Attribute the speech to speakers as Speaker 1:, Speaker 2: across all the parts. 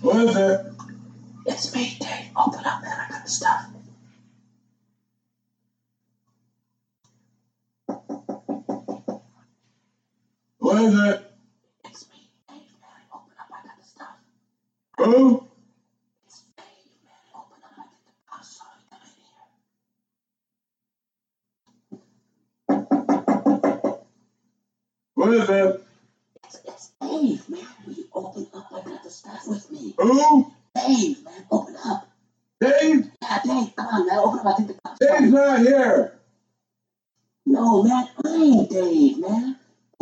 Speaker 1: What is that?
Speaker 2: It's me, Dave. Open up that I got stuff.
Speaker 1: What is that?
Speaker 2: It's me, Dave. Mary, open up. I got the stuff.
Speaker 1: Who?
Speaker 2: It's Dave. Mary, open up. I got the. I'm sorry, I'm in here.
Speaker 1: What is that?
Speaker 2: It's, it's Dave. Mary, will you open up? I got the stuff with me.
Speaker 1: Who?
Speaker 2: Dave, man, open up.
Speaker 1: Dave?
Speaker 2: Yeah, Dave, come on, man. Open up. I think the cops. are
Speaker 1: Dave's not here.
Speaker 2: No, man, I ain't Dave, man.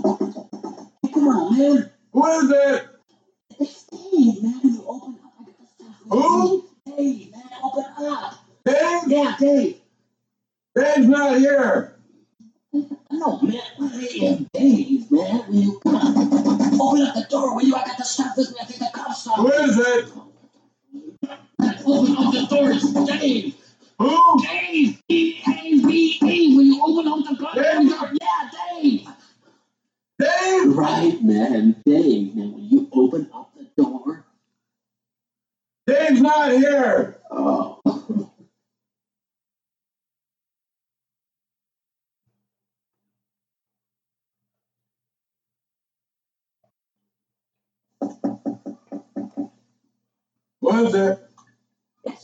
Speaker 2: Come on, man.
Speaker 1: What is that?
Speaker 2: It's Dave, man. You open up. I got the stuff.
Speaker 1: Who?
Speaker 2: Dave, man, open up.
Speaker 1: Dave?
Speaker 2: Yeah, Dave.
Speaker 1: Dave's not here.
Speaker 2: No, man, I ain't Dave, man. Will you come on? Open up the door, will you? I got the stuff with me. I think the cops are.
Speaker 1: What is that?
Speaker 2: Open up the door, it's Dave.
Speaker 1: Who?
Speaker 2: Dave, D-A-V-E. Will you open up the
Speaker 1: Dave?
Speaker 2: goddamn door? Yeah, Dave.
Speaker 1: Dave?
Speaker 2: Right, man, Dave. Now, will you open up the door?
Speaker 1: Dave's not here.
Speaker 2: Oh.
Speaker 1: What is that?